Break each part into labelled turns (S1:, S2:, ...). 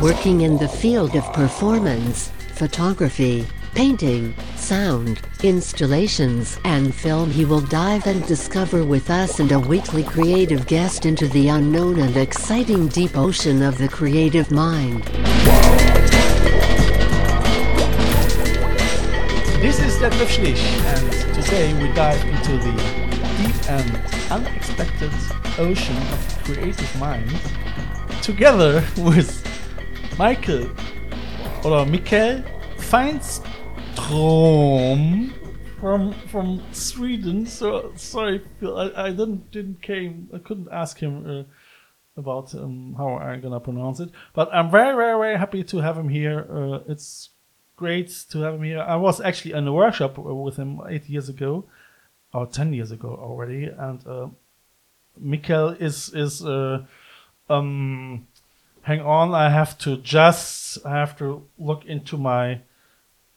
S1: Working in the field of performance, photography, painting, sound, installations, and film, he will dive and discover with us and a weekly creative guest into the unknown and exciting deep ocean of the creative mind.
S2: This is Detlef Schlich, and today we dive into the deep and unexpected ocean of creative mind together with Michael or Mikael Feinstrom from from Sweden. So sorry, Phil, I, I didn't didn't came I couldn't ask him uh, about um, how I'm gonna pronounce it, but I'm very very very happy to have him here. Uh, it's great to have him here. I was actually in a workshop uh, with him eight years ago, or ten years ago already, and uh, Mikael is is. Uh, um, hang on i have to just i have to look into my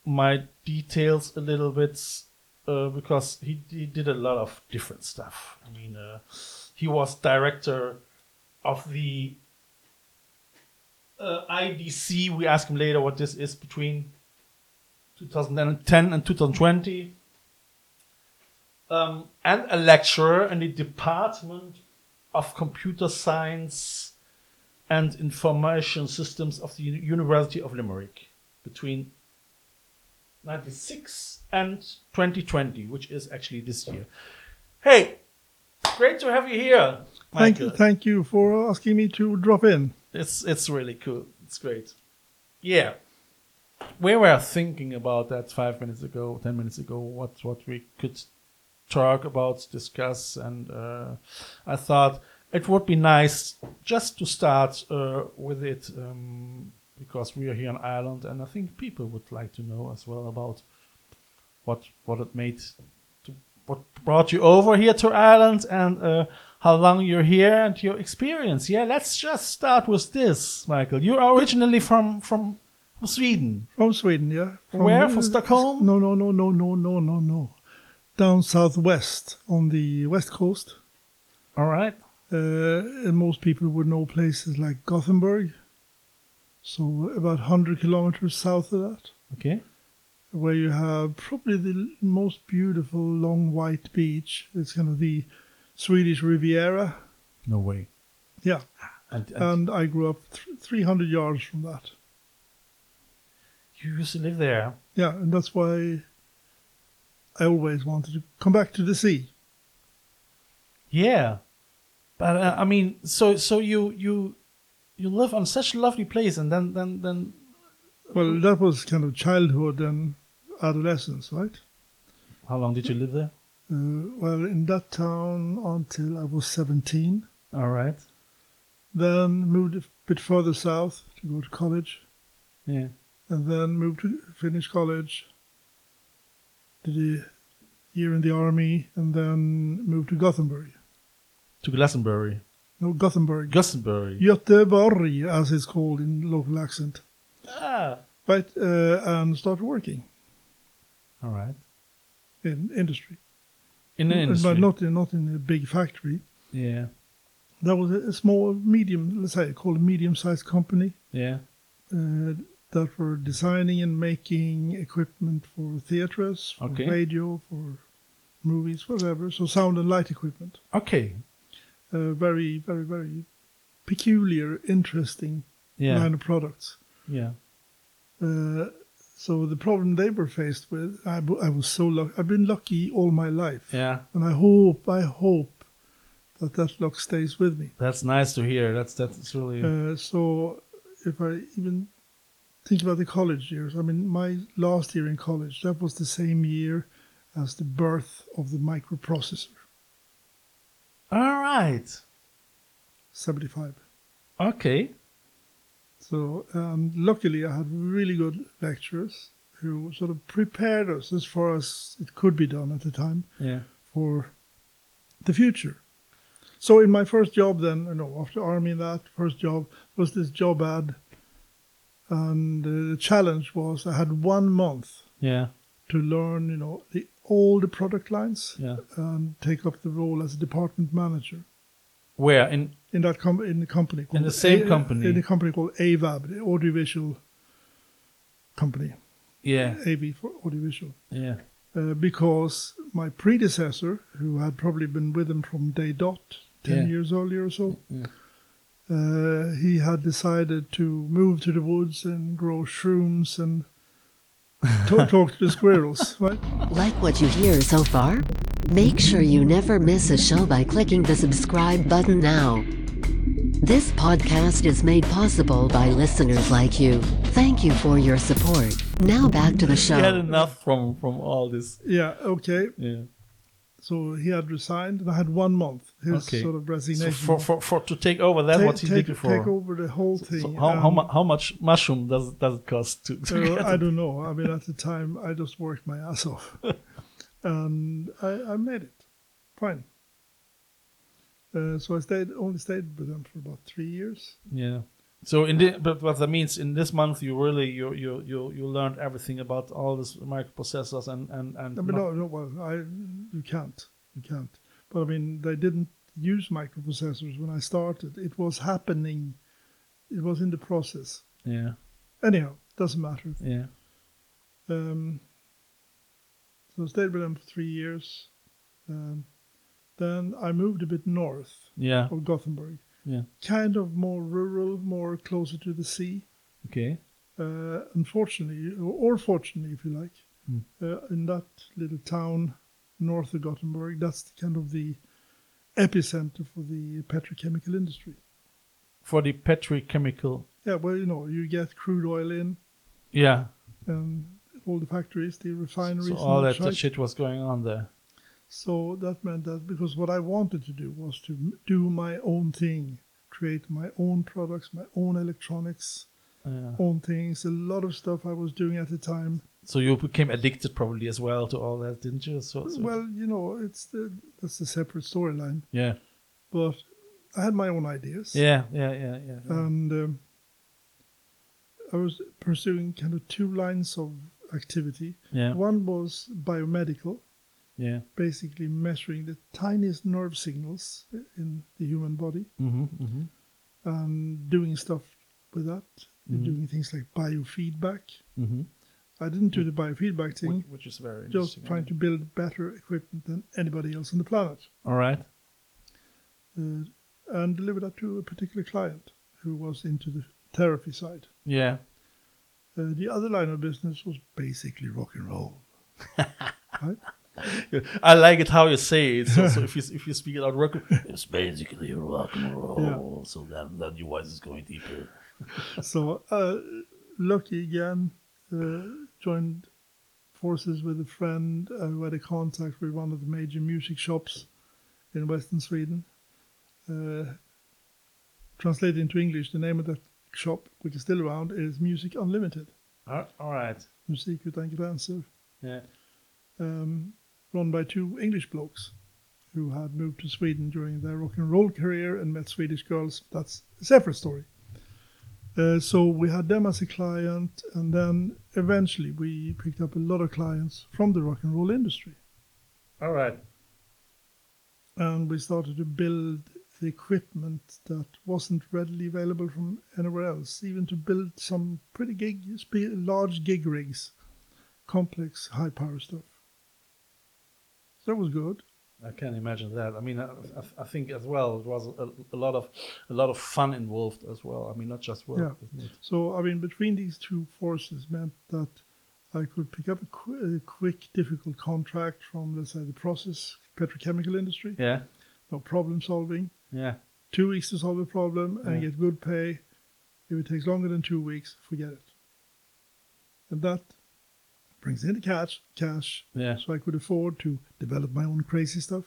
S2: my details a little bit uh, because he, he did a lot of different stuff i mean uh, he was director of the uh, idc we ask him later what this is between 2010 and 2020 um, and a lecturer in the department of computer science and Information Systems of the Uni- University of Limerick between 96 and 2020, which is actually this year. Hey, great to have you here,
S3: Thank
S2: Michael.
S3: you, thank you for asking me to drop in.
S2: it's it's really cool. It's great. Yeah, we were thinking about that five minutes ago, ten minutes ago. What what we could talk about, discuss, and uh, I thought it would be nice just to start uh, with it um, because we are here in Ireland, and I think people would like to know as well about what what it made to, what brought you over here to Ireland and uh, how long you're here and your experience. Yeah, let's just start with this, Michael. You're originally from from, from Sweden.
S3: From Sweden, yeah.
S2: Where? From Stockholm?
S3: No, no, no, no, no, no, no, no. Down southwest on the west coast.
S2: All right.
S3: Uh, and most people would know places like Gothenburg. So about 100 kilometers south of that,
S2: Okay.
S3: where you have probably the l- most beautiful long white beach. It's kind of the Swedish Riviera.
S2: No way.
S3: Yeah.
S2: And, and
S3: And I grew up th- 300 yards from that.
S2: you used to live there.
S3: Yeah, and that's why I always wanted to come back to the sea.
S2: Yeah. But uh, I mean, so so you you you live on such a lovely place, and then then then
S3: Well, that was kind of childhood and adolescence, right?
S2: how long did you live there?
S3: Uh, well, in that town until I was 17,
S2: All right.
S3: then moved a bit further south to go to college,
S2: Yeah.
S3: and then moved to finish college, did a year in the army, and then moved to Gothenburg.
S2: To Glastonbury.
S3: No, Gothenburg.
S2: Glastonbury.
S3: Göteborg, as it's called in local accent.
S2: Ah.
S3: Right, uh, and started working.
S2: All right.
S3: in industry,
S2: In the industry.
S3: but not in not in a big factory.
S2: yeah.
S3: That was a, a small, medium, let's say, called a medium-sized company
S2: Yeah.
S3: uh, that were designing and making equipment for theaters, for
S2: Okay.
S3: radio, for movies, whatever. So sound and light equipment.
S2: Okay.
S3: Uh, very, very, very peculiar, interesting
S2: Yeah.
S3: line of products.
S2: Yeah.
S3: Uh, so the problem they were faced with, I, bu- I was so lucky. I've been lucky all my life.
S2: Yeah.
S3: And I hope, I hope that that luck stays with me.
S2: That's nice to hear. That's that's really
S3: Uh, so if I even think about the college years, I mean, my last year in college, that was the same year as the birth of the microprocessor.
S2: All right.
S3: 75.
S2: Okay.
S3: So, and luckily, I had really good lecturers who sort of prepared us as far as it could be done at the time
S2: Yeah.
S3: for the future. So, in my first job, then, you know, after army, and that first job was this job ad, and uh, the challenge was I had one month
S2: Yeah.
S3: to learn, you know, the all the product lines
S2: Yeah.
S3: and take up the role as a department manager
S2: Where in
S3: in that com- in the company called
S2: the same
S3: A-
S2: company?
S3: in a company called AVAB, the audiovisual company,
S2: yeah
S3: AV for audiovisual.
S2: yeah
S3: Uh, because my predecessor, who had probably been with him from day dot, ten
S2: Yeah. Mm,
S3: years earlier or so,
S2: Yeah.
S3: uh, he had decided to move to the woods and grow shrooms and talk, talk to the squirrels, right?
S1: Like what you hear so far? Make sure you never miss a show by clicking the subscribe button now. This podcast is made possible by listeners like you. Thank you for your support. Now back to the show.
S2: we had enough from from all this
S3: Yeah, okay.
S2: yeah
S3: So he had resigned, and I had one month. His
S2: Okay.
S3: sort of
S2: so
S3: resignation.
S2: for, for for to take over that
S3: Ta-
S2: what he
S3: take,
S2: did before
S3: Take over the whole thing. Um,
S2: so how, how,
S3: and,
S2: mu- how much mushroom does does it cost to, to
S3: uh,
S2: get
S3: I
S2: it?
S3: don't know. I mean, at the time, I just worked my ass off, and I, I made it fine. Uh, so I stayed, only stayed with them for about three years.
S2: yeah so in the, but what that means in this month you really you you you you learned everything about all these microprocessors and and and
S3: I mean,
S2: ma-
S3: no, no, well, I you can't, you can't. But I mean, they didn't use microprocessors when I started. It was happening. It was in the process.
S2: yeah
S3: Anyhow, doesn't matter.
S2: yeah
S3: Um, so I stayed with them for three years. Um, then I moved a bit north
S2: yeah
S3: of Gothenburg,
S2: yeah
S3: kind of more rural, more closer to the sea.
S2: okay
S3: Uh, unfortunately, or fortunately, if you like,
S2: Hmm.
S3: uh, in that little town north of Gothenburg, that's the kind of the epicenter for the petrochemical industry.
S2: for the petrochemical
S3: Yeah, well, you know, you get crude oil in,
S2: yeah
S3: and all the factories, the refineries,
S2: so
S3: and
S2: all that,
S3: shite.
S2: that shit was going on there
S3: So that meant that because what I wanted to do was to m- do my own thing, create my own products, my own electronics,
S2: yeah.
S3: own things, a lot of stuff I was doing at the time.
S2: so you became addicted probably as well to all that didn't you so, so
S3: Well, you know, it's the, that's a separate storyline,
S2: yeah
S3: but I had my own ideas.
S2: Yeah, yeah, yeah, yeah. yeah.
S3: And um, I was pursuing kind of two lines of activity.
S2: yeah,
S3: One was biomedical,
S2: yeah.
S3: basically measuring the tiniest nerve signals i- in the human body.
S2: hmm hmm
S3: and doing stuff with that,
S2: Mm-hmm.
S3: doing things like biofeedback.
S2: hmm
S3: I didn't do the biofeedback thing,
S2: Which is very
S3: just trying to build better equipment than anybody else on the planet
S2: All right.
S3: uh, and deliver that to a particular client who was into the therapy side.
S2: Yeah.
S3: Uh, the other line of business was basically rock and roll. right?
S2: I like it how you say it. So, so if you if you speak it out, rock, it's basically a rock and roll. So that that your voice is going deeper.
S3: So, uh, lucky again, uh, joined forces with a friend uh, who had a contact with one of the major music shops in Western Sweden. Uh, translated into English, the name of that shop, which is still around, is Music Unlimited.
S2: All all right.
S3: Musik utan gränser.
S2: Yeah.
S3: Um, run by two English blokes who had moved to Sweden during their rock and roll career and met Swedish girls. That's a separate story. Uh, so we had them as a client, and then eventually we picked up a lot of clients from the rock and roll industry.
S2: All right.
S3: And we started to build the equipment that wasn't readily available from anywhere else, even to build some pretty gig, spe- large gig rigs, complex, high power stuff. So that was good.
S2: I can imagine that. I mean, I, I- I think as well it was a, a lot of a lot of fun involved as well. I mean, not just work.
S3: Yeah.
S2: Isn't it?
S3: So I mean, between these two forces meant that I could pick up a, qu- a quick, difficult contract from, let's say, the process petrochemical industry.
S2: Yeah.
S3: No problem solving.
S2: Yeah.
S3: Two weeks to solve a problem and
S2: Yeah.
S3: get good pay. If it takes longer than two weeks, forget it. And that brings in the cash, cash,
S2: Yeah.
S3: so I could afford to develop my own crazy stuff,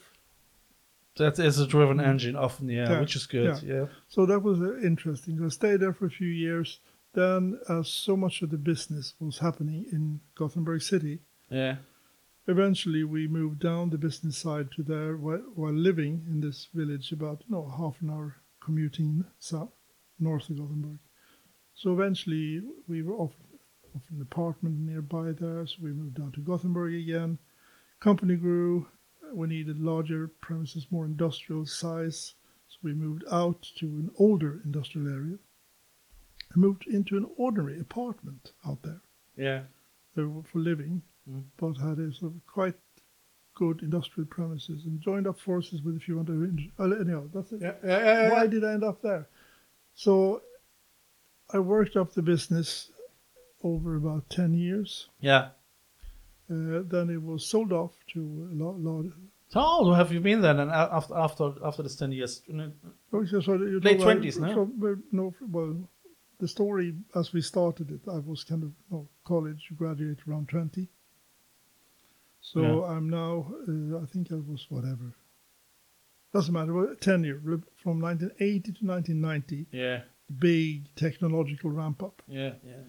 S2: That is a driven engine often, yeah,
S3: Yeah,
S2: which is good. Yeah.
S3: So that was uh, interesting. I stayed there for a few years. Then, as so much of the business was happening in Gothenburg City,
S2: Yeah.
S3: eventually we moved down the business side to there while, while living in this village, about you know, half an hour commuting south, north of Gothenburg. So eventually we were offered, offered an apartment nearby there, so we moved down to Gothenburg again. Company grew, we needed larger premises, more industrial size, so we moved out to an older industrial area and moved into an ordinary apartment out there
S2: Yeah.
S3: they were for living,
S2: Mm.
S3: but had a sort of quite good industrial premises and joined up forces with a few other. ind- Uh, anyhow, that's it.
S2: Yeah. yeah, yeah, yeah.
S3: Why did I end up there? So I worked up the business over about 10 years.
S2: Yeah.
S3: Uh, then it was sold off to a lot. lot
S2: So how old have you been then? And a- after after after this ten years, Mm,
S3: oh, so- so you
S2: Late
S3: know, I-
S2: 20s, no?
S3: so, well, no, well, the story as we started it, I was kind of no, college graduate around 20. So
S2: Yeah.
S3: I'm now, uh, I think I was whatever. Doesn't matter, well, tenure re- from 1980 to 1990,
S2: yeah,
S3: big technological ramp up.
S2: yeah, yeah,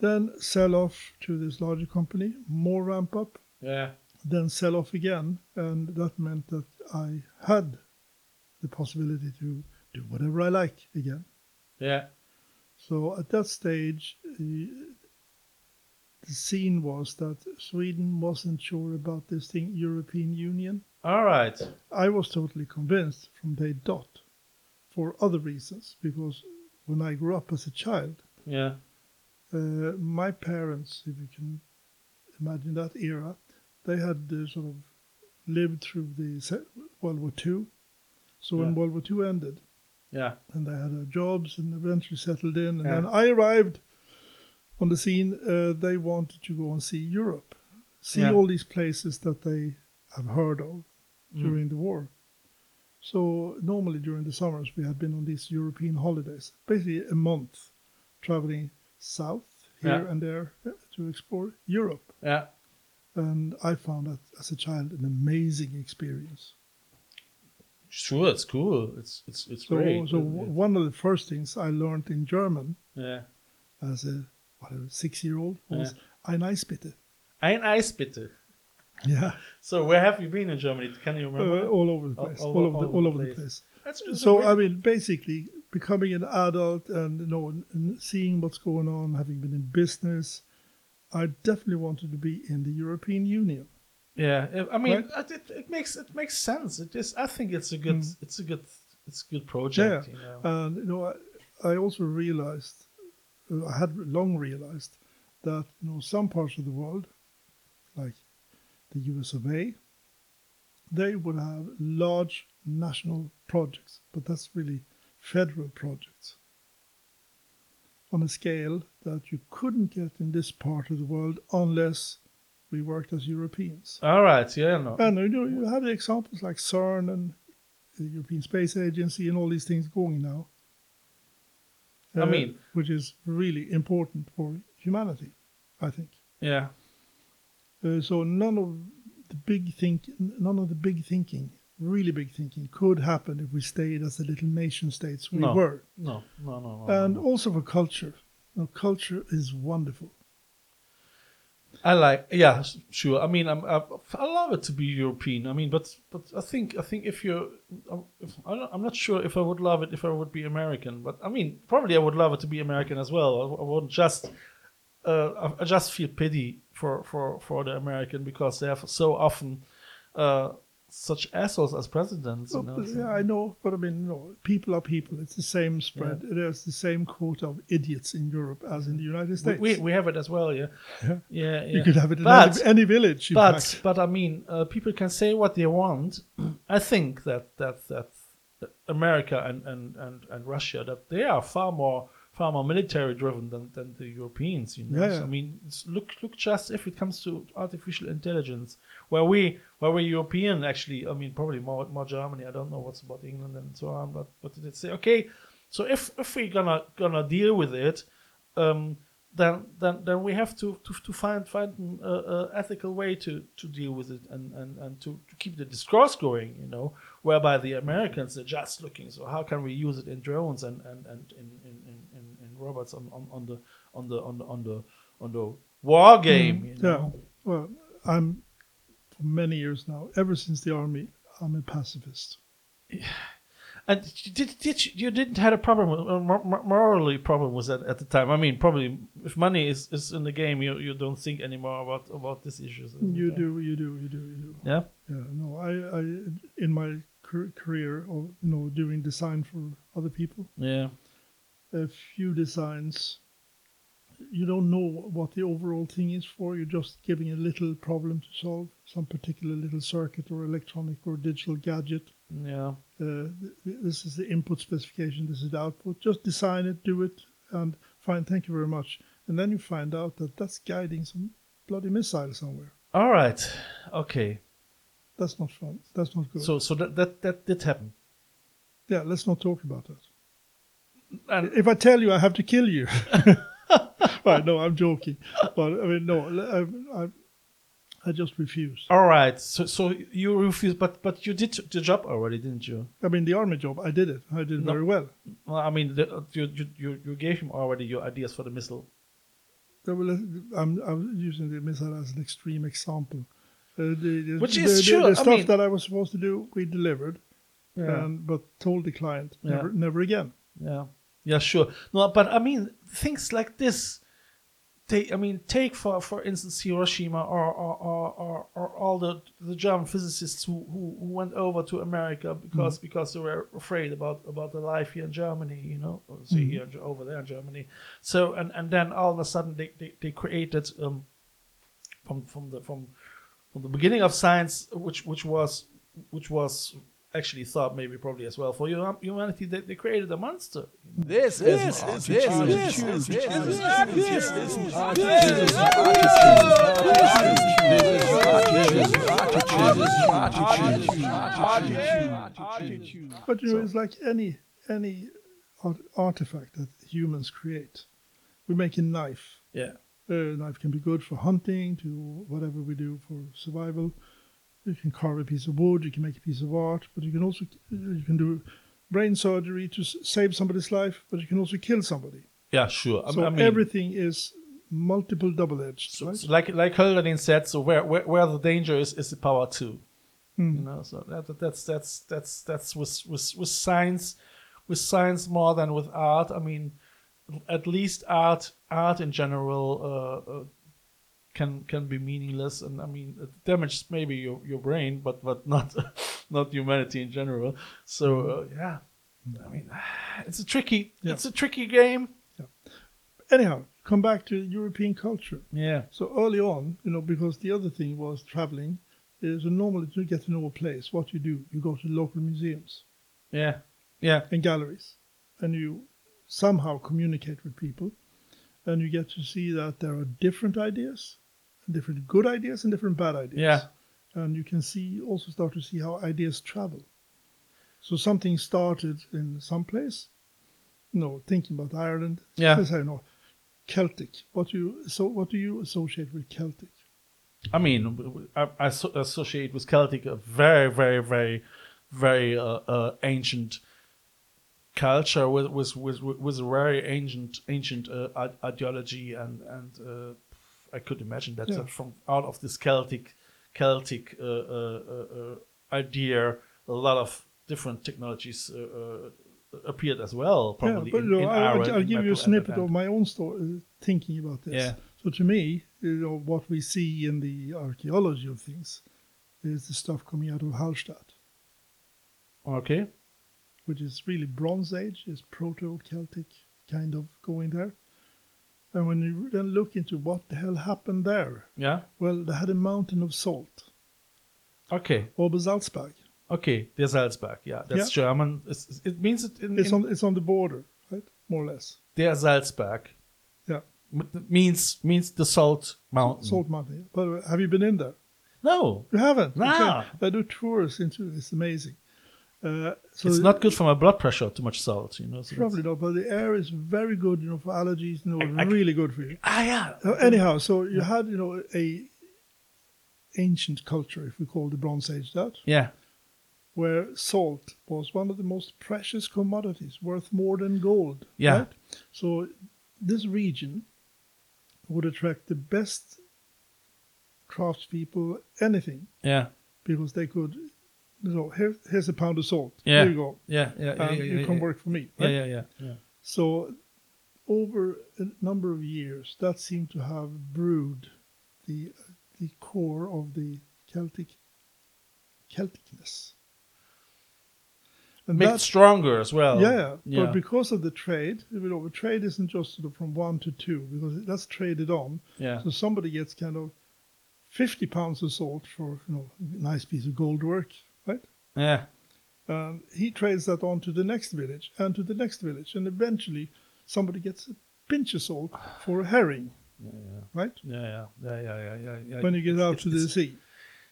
S3: Then sell off to this larger company, more ramp up,
S2: yeah,
S3: then sell off again. And that meant that I had the possibility to do whatever I like again.
S2: yeah,
S3: So at that stage, uh, the scene was that Sweden wasn't sure about this thing, European Union.
S2: All right.
S3: I was totally convinced from day dot for other reasons, because when I grew up as a child,
S2: Yeah,
S3: uh, my parents, if you can imagine that era, they had uh, sort of lived through the se- World War II. So when
S2: Yeah.
S3: World War II ended,
S2: yeah,
S3: and they had their jobs and eventually settled in. And
S2: Yeah.
S3: then I arrived on the scene. Uh, they wanted to go and see Europe, see
S2: Yeah.
S3: all these places that they have heard of
S2: Mm.
S3: during the war. So normally during the summers we had been on these European holidays, basically a month, traveling south here
S2: Yeah.
S3: and there uh, to explore Europe.
S2: yeah.
S3: And I found that as a child an amazing experience.
S2: Sure, it's cool. It's it's it's
S3: So,
S2: great.
S3: so w- one of the first things I learned in German
S2: yeah.
S3: as a whatever six year old was ein Eisbitte.
S2: Ein Eis bitte.
S3: Yeah,
S2: So where have you been in Germany? Can you remember?
S3: uh, all over the place,
S2: All-
S3: all, over, the, all over the place.
S2: That's, that's
S3: So
S2: great.
S3: I mean, basically becoming an adult and you know n- n- seeing what's going on, having been in business, I definitely wanted to be in the European Union.
S2: Yeah, I- I mean,
S3: Right?
S2: I- it, it makes it makes sense. It is. I think it's a good. It's a good. It's a good project. You know?
S3: And you know, I, I also realized, uh, I had long realized that you know some parts of the world, like the U.S. of A., they would have large national projects, but that's really federal projects on a scale that you couldn't get in this part of the world unless we worked as Europeans.
S2: All right. Yeah. No.
S3: And you know, you have the examples like CERN and the European Space Agency and all these things going now. Uh,
S2: I mean-
S3: which is really important for humanity, I think.
S2: yeah.
S3: Uh, so none of the big think, none of the big thinking, really big thinking, could happen if we stayed as the little nation states we
S2: No.
S3: were.
S2: No. No. No. no,
S3: And
S2: no.
S3: also for culture, now culture is wonderful.
S2: I like, yeah, s- sure. I mean, I'm, I, I love it to be European. I mean, but but I think I think if you're, I'm- if, I don't- I'm not sure if I would love it if I would be American. But I mean, probably I would love it to be American as well. I, I won't just, uh, I, I just feel pity for for for the American because they have so often, uh, such assholes as presidents. You
S3: Oh,
S2: know?
S3: yeah, I know, but I mean, no, people are people. It's the same spread. There's the same quota of idiots in Europe as in the United
S2: We-
S3: States.
S2: we we have it as well. Yeah, yeah, yeah.
S3: You could have it in
S2: But-
S3: any, any village. In
S2: but
S3: fact.
S2: but I mean, uh, people can say what they want. I think that that that America and, and, and, and Russia that they are far more far more military driven than, than the Europeans. You know,
S3: Yeah,
S2: So,
S3: yeah.
S2: I mean, it's, look look just if it comes to artificial intelligence, where we where we European actually, I mean, probably more more Germany. I don't know what's about England and so on, but but they say okay, so if if we're gonna gonna deal with it. Um, then then then we have to to, to find find an uh, uh, ethical way to to deal with it and and and to, to keep the discourse going you know whereby the americans are just looking so how can we use it in drones and and and in in in, in, in robots on, on on the on the on the on the on the war game you
S3: Mm-hmm. Yeah.
S2: know
S3: Well, I'm for many years now, ever since the army, I'm a pacifist.
S2: and you did, did you, you didn't had a problem with, a mor- mor- morally problem with that at the time i mean probably if money is, is in the game you you don't think anymore about about these issues
S3: You do, you do, you do, you do.
S2: yeah
S3: Yeah, no, I, I in my car- career, or you know, doing design for other people,
S2: yeah
S3: a few designs. You don't know what the overall thing is for. You're just giving a little problem to solve, some particular little circuit or electronic or digital gadget.
S2: yeah
S3: Uh, th- th- this is the input specification. This is the output. Just design it, do it, and fine. Thank you very much. And then you find out that that's guiding some bloody missile somewhere.
S2: all right okay
S3: That's not fun. That's not good.
S2: So so that that that did happen.
S3: yeah, let's not talk about that.
S2: And
S3: if I tell you, I have to kill you. right? No, I'm joking. But I mean, no, l- I, I, I just refuse.
S2: all right, so so you refused, but but you did the job already, didn't you?
S3: I mean, the army job, I did it. I did it
S2: No.
S3: very well.
S2: Well, I mean, the, you, you you you gave him already your ideas for the missile.
S3: There were, I'm, I'm using the missile as an extreme example. Uh, the, the,
S2: Which
S3: the,
S2: is
S3: the,
S2: true, I
S3: The stuff
S2: mean-
S3: that I was supposed to do, we delivered,
S2: Yeah.
S3: and, but told the client
S2: Yeah.
S3: never, never again.
S2: Yeah, yeah, sure. No, but I mean things like this. They, I mean, take for for instance Hiroshima or or, or, or, or all the the German physicists who, who, who went over to America because because they were afraid about about the life here in Germany, you know, or see here in Ge- over there in Germany. So and, and then all of a sudden they they, they created um from from the from from the beginning of science, which which was which was actually thought maybe probably as well for hum- humanity, they, they created a monster.
S4: This is this is this is this is this is this is
S3: But you know, it's like any any art- artifact that humans create. We make a knife.
S2: Yeah.
S3: A knife Uh, can be good for hunting, to whatever we do for survival. You can carve a piece of wood, you can make a piece of art, but you can also you can do brain surgery to s- save somebody's life, but you can also kill somebody.
S2: Yeah, sure. I,
S3: So
S2: Um, I mean,
S3: everything is multiple double-edged,
S2: so-
S3: right?
S2: so like like Hölderlin said, so where, where where the danger is is the power too. You know, so that, that- that's that's that's that's with with with science, with science more than with art. I mean, at least art art in general uh, uh, can can be meaningless, and I mean, it damages maybe your, your brain, but but not not humanity in general. So uh, yeah, I mean, it's a tricky
S3: Yeah.
S2: it's a tricky game.
S3: Anyhow, come back to European culture.
S2: Yeah,
S3: So early on, you know, because the other thing was traveling, is normally to get to know a place, what you do, you go to local museums
S2: yeah, yeah,
S3: and galleries, and you somehow communicate with people, and you get to see that there are different ideas, different good ideas, and different bad ideas.
S2: Yeah.
S3: And you can see also start to see how ideas travel. So something started in some place, you know, thinking about Ireland.
S2: Yeah.
S3: I say, no, Celtic. What do you so what do you associate with Celtic?
S2: I mean, w- w- I, I so- associate with Celtic a very, very, very, very uh, uh, ancient culture with with with with a very ancient ancient uh, i- ideology and and uh, I could imagine that
S3: Yeah.
S2: that from out of this Celtic Celtic uh, uh, uh, uh, idea, a lot of different technologies. Uh, uh, appeared as well probably
S3: yeah, but
S2: in,
S3: you know,
S2: in
S3: I,
S2: Ireland,
S3: I'll
S2: in
S3: give you a
S2: Mecklenburg
S3: snippet
S2: and-
S3: of my own story, uh, thinking about this.
S2: Yeah.
S3: So to me, you know, what we see in the archaeology of things is the stuff coming out of Hallstatt,
S2: okay
S3: which is really Bronze Age, is proto-Celtic kind of going there. And when you then look into what the hell happened there,
S2: yeah
S3: well, they had a mountain of salt,
S2: okay
S3: Obersalzberg.
S2: Okay, der Salzberg, yeah, that's German. It's, it means it in,
S3: It's
S2: in
S3: on it's on the border, right? More or less.
S2: der Salzberg
S3: Yeah,
S2: M- means means the salt mountain.
S3: salt mountain. By the way, have you been in there?
S2: No,
S3: You haven't?
S2: No.
S3: Okay. I do tours into it's amazing. Uh, so
S2: it's not good for my blood pressure. Too much salt, you know. so that's-
S3: probably not, but the air is very good, you know, for allergies. You know,
S2: I- I-
S3: really good for you.
S2: Ah, yeah.
S3: Uh, anyhow, so you had, you know, a ancient culture, if we call the Bronze Age that,
S2: Yeah.
S3: where salt was one of the most precious commodities, worth more than gold.
S2: Yeah.
S3: right? So this region would attract the best craftspeople, anything,
S2: Yeah.
S3: because they could, you know, here, here's a pound of salt.
S2: Yeah.
S3: Here you go.
S2: Yeah. Yeah. Yeah.
S3: And
S2: yeah,
S3: Um, you
S2: yeah,
S3: can
S2: yeah.
S3: work for me.
S2: Yeah,
S3: right?
S2: yeah, yeah, yeah.
S3: So, over a number of years, that seemed to have brewed the the core of the Celtic Celticness. And
S2: Make it
S3: that,
S2: stronger as well.
S3: yeah,
S2: yeah.
S3: but because of the trade, you know, trade isn't just sort of from one to two because that's traded on.
S2: yeah.
S3: So somebody gets kind of fifty pounds of salt for you know a nice piece of gold work, right?
S2: Yeah.
S3: And Um, he trades that on to the next village and to the next village. And eventually, somebody gets a pinch of salt for a herring, right?
S2: Yeah, yeah, yeah, yeah, yeah, yeah.
S3: When you get out to the
S2: it's,
S3: sea.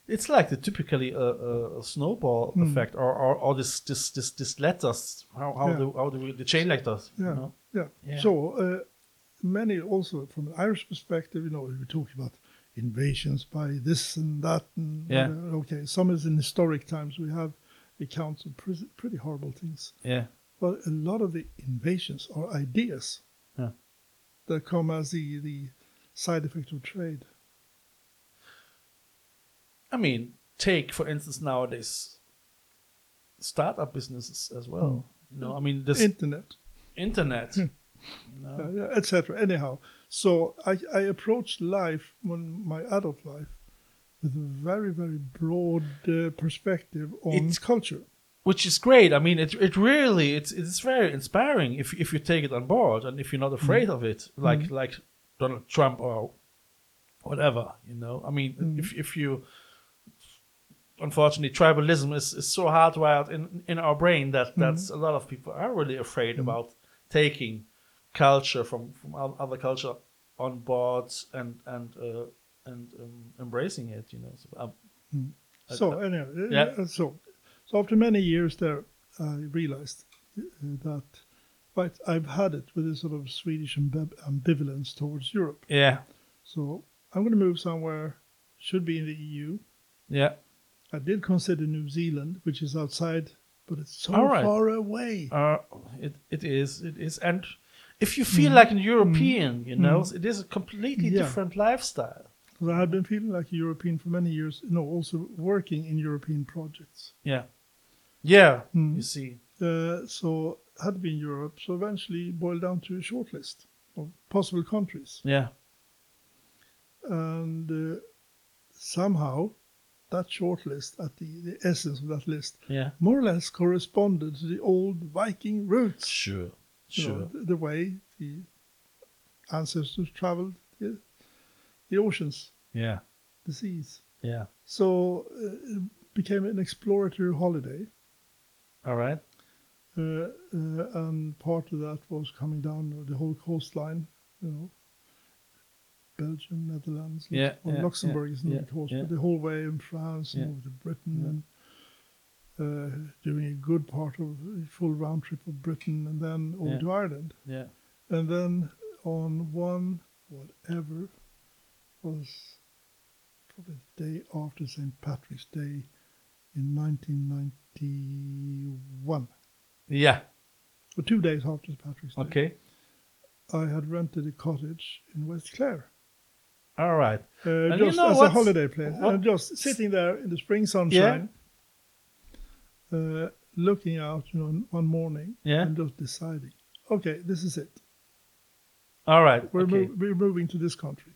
S2: it's like the typically a, a, a snowball
S3: Hmm.
S2: effect, or, or or this this this this letters how how
S3: Yeah.
S2: do how do we the chain letters?
S3: Yeah.
S2: You know?
S3: Yeah.
S2: Yeah.
S3: So, uh, many also from an Irish perspective, you know, we talk about invasions by this and that. And
S2: Yeah.
S3: whatever. okay, some is in historic times. We have accounts of pres- pretty horrible things.
S2: yeah,
S3: But a lot of the invasions are ideas
S2: Yeah.
S3: that come as the, the side effect of trade.
S2: I mean, take for instance nowadays startup businesses as well. You know, I mean this
S3: Internet.
S2: internet. you know?
S3: Uh, etc. Anyhow, so I, I approached life, when my adult life, with a very, very broad uh, perspective on
S2: It's-
S3: culture.
S2: which is great. I mean, it it really it's it's very inspiring if if you take it on board and if you're not afraid of it, like like Donald Trump or whatever. You know, I mean, if if you unfortunately tribalism is, is so hardwired in in our brain that that's a lot of people are really afraid about taking culture from from o- other culture on board and and uh, and um, embracing it. You know, so, um, I-
S3: So anyhow, uh,
S2: Yeah.
S3: uh, so so after many years there, I realized uh, that right, I've had it with this sort of Swedish ambi- ambivalence towards Europe.
S2: yeah,
S3: So I'm going to move somewhere. Should be in the EU.
S2: yeah.
S3: I did consider New Zealand, which is outside, but it's so
S2: All right.
S3: far away.
S2: Uh, it, it is, it is. And if you feel like an European, you know, it is a completely
S3: Yeah.
S2: different lifestyle.
S3: Because I had been feeling like a European for many years, no, also working in European projects.
S2: Yeah. Yeah,
S3: Mm.
S2: you see.
S3: Uh, so had been Europe, so eventually boiled down to a short list of possible countries.
S2: Yeah.
S3: And uh, somehow that short list, at the, the essence of that list,
S2: Yeah.
S3: more or less corresponded to the old Viking routes.
S2: Sure.
S3: you know, the, the way the ancestors traveled the, the oceans,
S2: Yeah.
S3: the seas.
S2: Yeah.
S3: So uh, it became an exploratory holiday.
S2: All right.
S3: Uh, uh, and part of um, that was coming down the whole coastline, you know, Belgium, Netherlands, Lux-
S2: Yeah,
S3: well,
S2: yeah,
S3: Luxembourg
S2: yeah,
S3: isn't
S2: yeah,
S3: of course,
S2: yeah.
S3: but the whole way in France
S2: Yeah.
S3: and over to Britain and uh, doing a good part of a full round trip of Britain and then over
S2: Yeah.
S3: to Ireland.
S2: Yeah.
S3: And then on one, whatever, was probably the day after St. Patrick's Day in 1991,
S2: Yeah.
S3: or two days after St. Patrick's Day.
S2: Okay.
S3: I had rented a cottage in West Clare,
S2: All right.
S3: uh,
S2: you
S3: just
S2: know
S3: as a
S2: what's-
S3: holiday place.
S2: what-
S3: And just sitting there in the spring sunshine, uh, looking out, you know, one morning,
S2: Yeah.
S3: and just deciding, okay, this is it.
S2: All right.
S3: We're,
S2: okay.
S3: mov- we're moving to this country.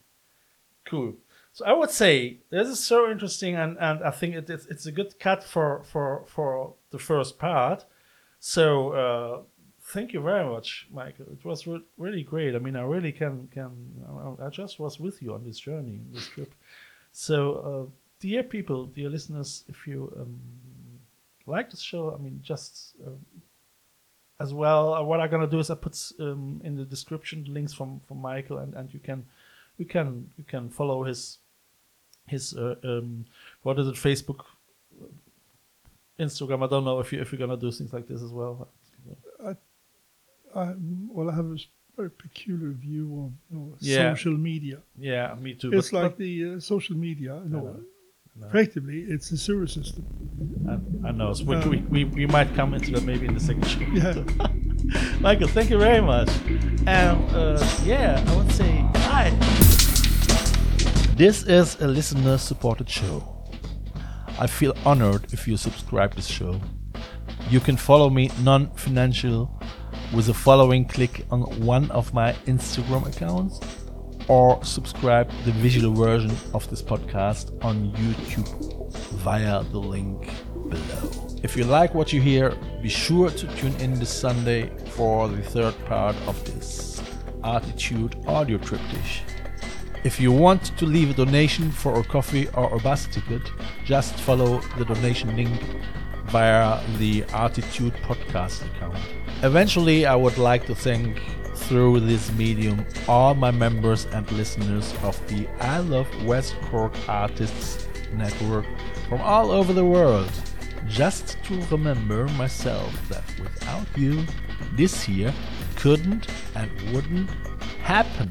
S2: Cool. So I would say this is so interesting, and, and I think it, it's it's a good cut for for for the first part. So uh, thank you very much, Michael. It was re- really great. I mean, I really can can I, I just was with you on this journey, on this trip. So uh, dear people, dear listeners, if you um, like this show, I mean, just um, as well. uh, What I'm gonna do is I put um, in the description links from from Michael, and and you can you can you can follow his his uh, um, what is it Facebook Instagram. I don't know if you if you're gonna do things like this as well.
S3: I, well, I have a s- very peculiar view of you know,
S2: Yeah.
S3: social media.
S2: Yeah, me too.
S3: It's
S2: but-
S3: like the uh, social media. No,
S2: know, know.
S3: effectively, it's a sewer system.
S2: I, I know. So we,
S3: Um,
S2: we, we, we might come into that maybe in the second show.
S3: Yeah.
S2: Michael, thank you very much. And uh, yeah, I would say hi. This is a listener supported show. I feel honored if you subscribe this show. You can follow me non financial with the following click on one of my Instagram accounts or subscribe the visual version of this podcast on YouTube via the link below. If you like what you hear, be sure to tune in this Sunday for the third part of this Attitude Audio Triptych. If you want to leave a donation for a coffee or a bus ticket, just follow the donation link via the Altitude Podcast account. Eventually, I would like to thank through this medium all my members and listeners of the I Love West Cork Artists Network from all over the world. Just to remember myself that without you, this here couldn't and wouldn't happen.